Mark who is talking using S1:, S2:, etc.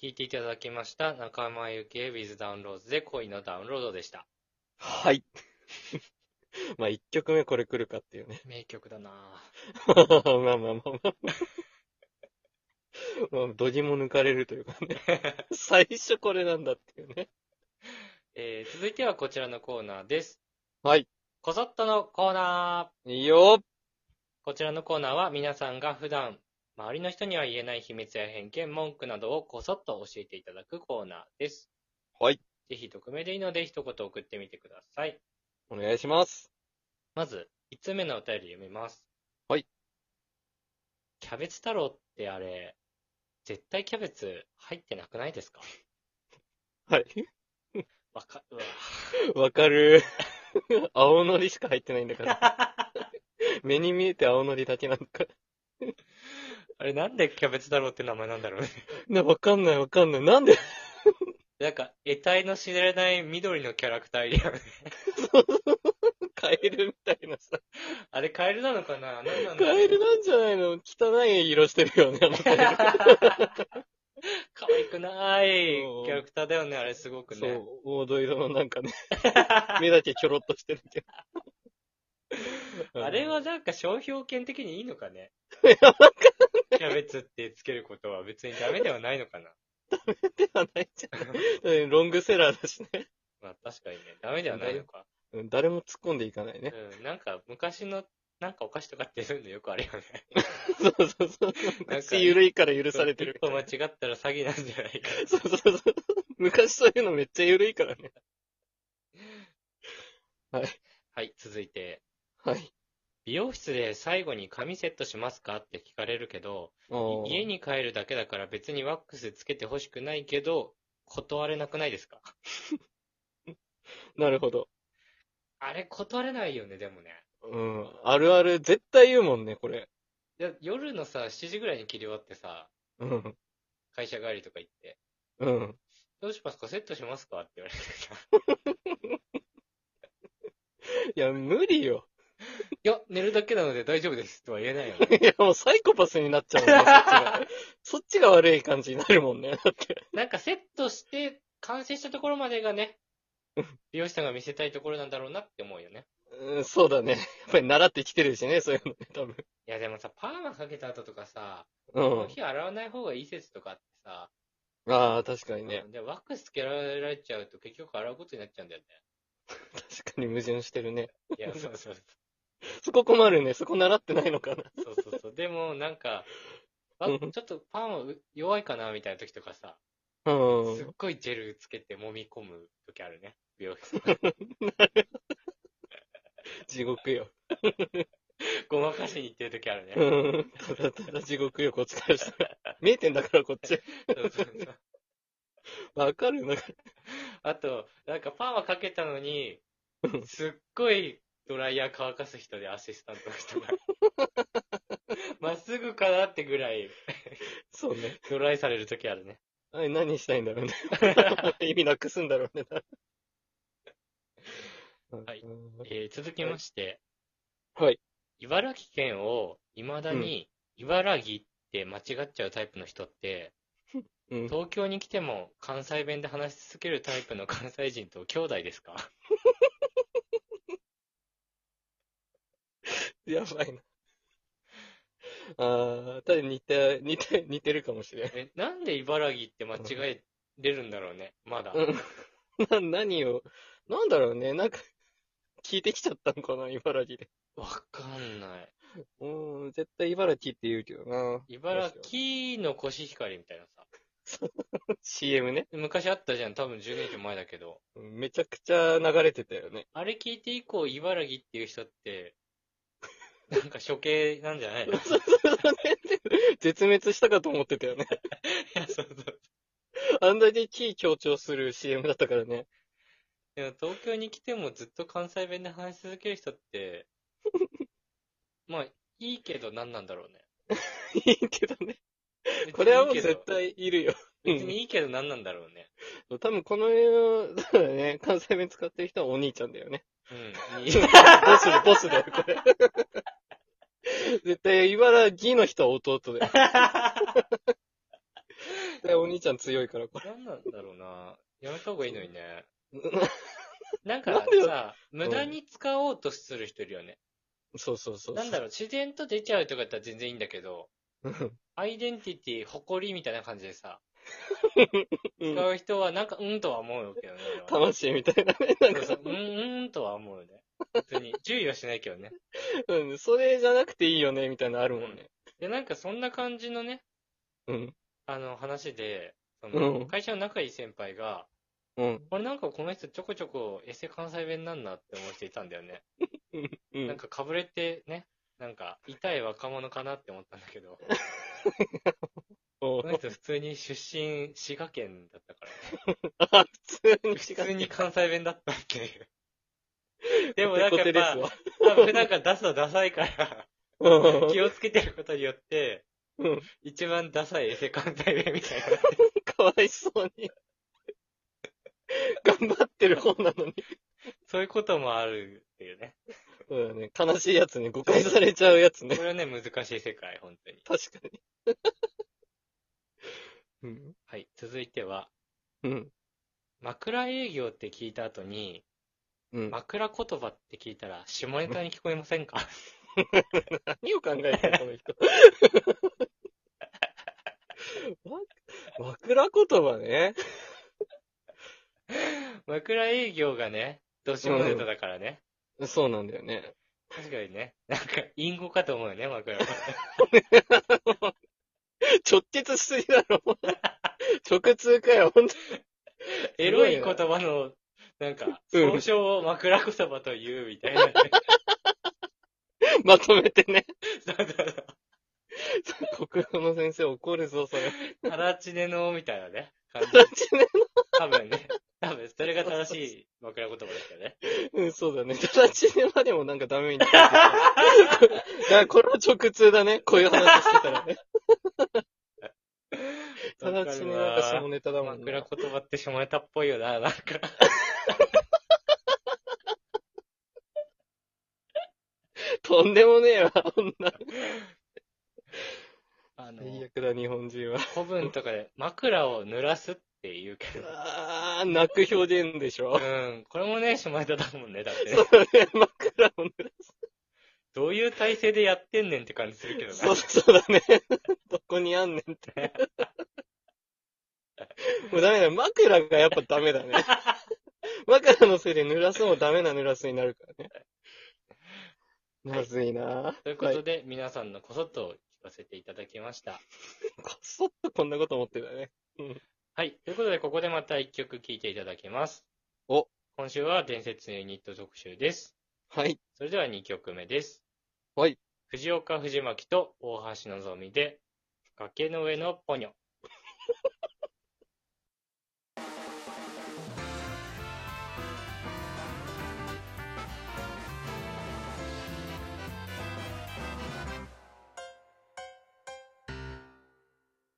S1: 聞いていただきました。仲間由紀恵 with ダウンロードで恋のダウンロードでした。
S2: はい。 まあ、一曲目これ来るかっていうね。
S1: 名曲だなぁ。
S2: まあまあまあまあ。 まあ、どぎも抜かれるというか ね。最初これなんだっていうね。
S1: えー、続いてはこちらのコーナーです。
S2: はい。
S1: こそっとのコーナー。
S2: いいよ
S1: こちらのコーナーは皆さんが普段、周りの人には言えない秘密や偏見、文句などをこそっと教えていただくコーナーです。
S2: はい。
S1: ぜひ匿名でいいので一言送ってみてください。
S2: お願いします。
S1: まず、1通目のお便り読みます。
S2: はい。
S1: キャベツ太郎ってあれ、絶対キャベツ入ってなくないですか
S2: はい。
S1: わか、うわ。
S2: わかる。 青のりしか入ってないん だ から。目に見えて青のりだけなんだから。
S1: あれなんでキャベツ太郎って名前なんだろうね。
S2: な、わかんないわかんない。なんで
S1: なんか、得体の知れない緑のキャラクターいるよね。
S2: カエルみたいなさ。
S1: あれカエルなのかな何なんだ
S2: カ
S1: ろう
S2: エルなんじゃないの汚い色してるよね、あのカエル
S1: 可愛くない
S2: うん
S1: キャラクターだよね、あれすごくね。
S2: そう、黄土色のなんか ね、目だけキョロっとしてるけど。
S1: あれはなんか商標権的にいいのかね
S2: いやわか
S1: キャベツってつけることは別にダメではないのかな
S2: ではないじゃんうん。 ロングセラーだしね。
S1: まあ確かにね、ダメではないのか。
S2: うん誰も突っ込んでいかないうね。
S1: ん、なんか昔のなんかお菓子とかってそういうのよくあるよね。
S2: そうそうそう。
S1: なんか
S2: 口緩いから許されてる
S1: 一。 歩間違ったら詐欺なんじゃないか。
S2: そうそうそう。昔そういうのめっちゃ緩いからね。
S1: はい、続いて。
S2: はい。
S1: 美容室で最後に髪セットしますかって聞かれるけど、家
S2: に。
S1: に帰るだけだから別にワックスつけてほしくないけど、断れなくないですか
S2: なるほど。
S1: あれ断れないよね、でもね。
S2: うん。あるある、絶対言うもんね、これ。
S1: いや夜のさ、7時ぐらいに切り終わってさ、
S2: うん。
S1: 会社帰りとか行って、
S2: うん。
S1: どうしますかセットしますかって言われてさ、
S2: いや、無理よ。
S1: いや、寝るだけなので大丈夫ですとは言えないよね。
S2: いや、もうサイコパスになっちゃうもんね、そっち が。そっちが悪い感じになるもんね。だって。
S1: なんかセットして、完成したところまでがね、美容師さんが見せたいところなんだろうなって思うよね。
S2: うん、そうだね。やっぱり習ってきてるしね、そういうのね、多分。
S1: いや、でもさ、パーマかけた後とかさ、
S2: う
S1: この
S2: ん。
S1: 日洗わない方がいい説とかあってさ、
S2: ああ、確かにね。
S1: うんで、ワックスつけられちゃうと結局洗うことになっちゃうんだよ
S2: 確かに矛盾してるね。
S1: ね。いや、そうそうそう。
S2: そこ困るね。そこ習ってないのかな。
S1: そうそうそう。でも、なんか、あ
S2: う
S1: ち
S2: ん
S1: ょっとパンは弱いかなみたいな時とかさ、
S2: う
S1: すっ
S2: ん。
S1: ごいジェルつけて揉み込む時あるね。美容室。
S2: 地獄よ。
S1: ごまかしに行ってる時あるね
S2: う。ん。ただただ地獄よ、こっちからしたら。見えてんだから、こっち。
S1: そうそうそう
S2: わかるのか
S1: あと、なんかパンはかけたのに、すっごいドライヤー乾かす人でアシスタントの人が。 まっすぐかなってぐらい
S2: そうね。
S1: ドライされる時あるね。
S2: あれ何したいんだろうね。 意味なくすんだろう ね。
S1: はいえー続きまして、
S2: はい。
S1: 茨城県を未だに茨城って間違っちゃうタイプの人って、
S2: うん。
S1: 東京に来ても関西弁で話し続けるタイプの関西人と兄弟です か
S2: やばいな。ああ、ただ似て、似て、似てるかもしれん。
S1: えなんで茨城って間違えれるんだろうね、まだ。
S2: うん。 な、何を、なんだろうね。なんか、聞いてきちゃったのかな、茨城で。
S1: わかんない。
S2: うん、絶対茨城って言うけどな。
S1: 茨城のコシヒカリみたいなさ。
S2: CM ね。
S1: 昔あったじゃん、多分10年以上前だけど。
S2: うんめちゃくちゃ流れてたよね。
S1: あれ聞いて以降、茨城っていう人って、なんか処刑なんじゃない のい
S2: 絶滅したかと思ってたよね。
S1: やそうそう
S2: あんだけキー強調する CM だったからね。
S1: でも東京に来てもずっと関西弁で話し続ける人って、まあ、いいけど何なんだろうね。
S2: いいけどね。これはもう
S1: 別にいい
S2: 絶
S1: けど
S2: 対いるよ。
S1: 別にいいけど何なんだろうね。
S2: うん多分この世、そう だね、関西弁使ってる人はお兄ちゃんだよね。
S1: うん。
S2: ボス、ボスだよ、これ。 絶対、茨城の人は弟だよ。お兄ちゃん強いから、こ
S1: なんなんだろうな。やめた方がいいのに ね。
S2: れ。
S1: なんか
S2: なんで
S1: さ、無駄に使おうとする人いるよね。
S2: そうそうそうそう。
S1: なんだろう、自然と出ちゃうとかだったら全然いいんだけど、
S2: うん
S1: アイデンティティ、誇りみたいな感じでさ、
S2: うん
S1: 使う人はなんか、うんとは思うよけどね。俺は
S2: 魂みたいな ね。なんか
S1: そうそう、うん、うんとは思うよね。別に、 注意はしないけどね。
S2: うん、それじゃなくていいよね、みたいなのあるもんね。
S1: で、なんかそんな感じのね、
S2: うん。
S1: あの話で、その
S2: うん
S1: 会社の仲いい先輩が、
S2: うん。
S1: 俺なんかこの人ちょこちょこエセ関西弁なんなって思っていたんだよね。
S2: う
S1: なん
S2: ん。
S1: かかぶれてね、なんか痛い若者かなって思ったんだけ ど、
S2: おう
S1: この人普通に出身滋賀県だったから、
S2: あ、普通に
S1: 普
S2: 違
S1: 通
S2: う。
S1: に関西弁だったっていう。でもなんかやっ
S2: です
S1: ぱ、
S2: わ。
S1: 多分なんか出すのダサい から、
S2: うん
S1: 気をつけてることによって、
S2: うん
S1: 一番ダサいエセ関西弁みた いな。
S2: かわいそうに。頑張ってる方なのに。
S1: そういうこともあるっていうね。
S2: そうだね。悲しいやつね。誤解されちゃうやつ
S1: こ
S2: ね。
S1: れはね、難しい世界、本当に。
S2: 確かに。うん。
S1: はい、続いては、
S2: うん。
S1: 枕営業って聞いた後に、
S2: うん。
S1: 枕言葉って聞いたら、下ネタに聞こえませんか
S2: 何を考えてるこの人。 わ枕言葉ね。
S1: 枕営業がね、ど下ネタだからね。
S2: そうなんだよね。
S1: 確かにね。なんか、隠語かと思うよね、枕は。
S2: 直結しすぎだろ。直通かよ、本当
S1: エロい言葉の、なんか、
S2: うん
S1: 総称を枕言葉と言うみたいな ね。
S2: にまとめてね。
S1: そうそうそう
S2: 国語の先生怒るぞ、それ。
S1: タラチネの、みたいなね。感じ
S2: だってね
S1: 多分ね。多分、それが正しい枕言葉ですよね。
S2: うん、そうだね。ただちねまでもなんかダメみた いな。だからこれは直通だね。こういう話してたら ね。ただちねなんか下ネタだもん
S1: 枕
S2: ね。
S1: 言葉って下ネタっぽいよな、なんか。
S2: とんでもねえわ、女。
S1: あの、
S2: 最悪だ、日本人は。
S1: 古文とかで枕を濡らすって言うけど。
S2: あー、泣く表現でし
S1: う
S2: ょ。
S1: ん、これもね、下ネタだもんね、だって
S2: そ
S1: ね
S2: う。だね、枕を濡ら
S1: どういう体勢でやってんねんって感じするけど
S2: す。 そう、
S1: な。
S2: そうだね。 どこにあんねんって。 もうダメだ。枕がやっぱダメだ ね。枕のせいで濡らすもダメな濡らすになるからね。まずいな
S1: ということで、皆さんのこそっとを聞かせていただきました。
S2: こっそっとこんなこと思ってたね。
S1: はい。ということで、ここでまた一曲聴いていただけます。
S2: お
S1: 今週は伝説ユニット特集です。
S2: はい。
S1: それでは2曲目です。
S2: はい。
S1: 藤岡藤巻と大橋のぞみで、崖の上のポニョ。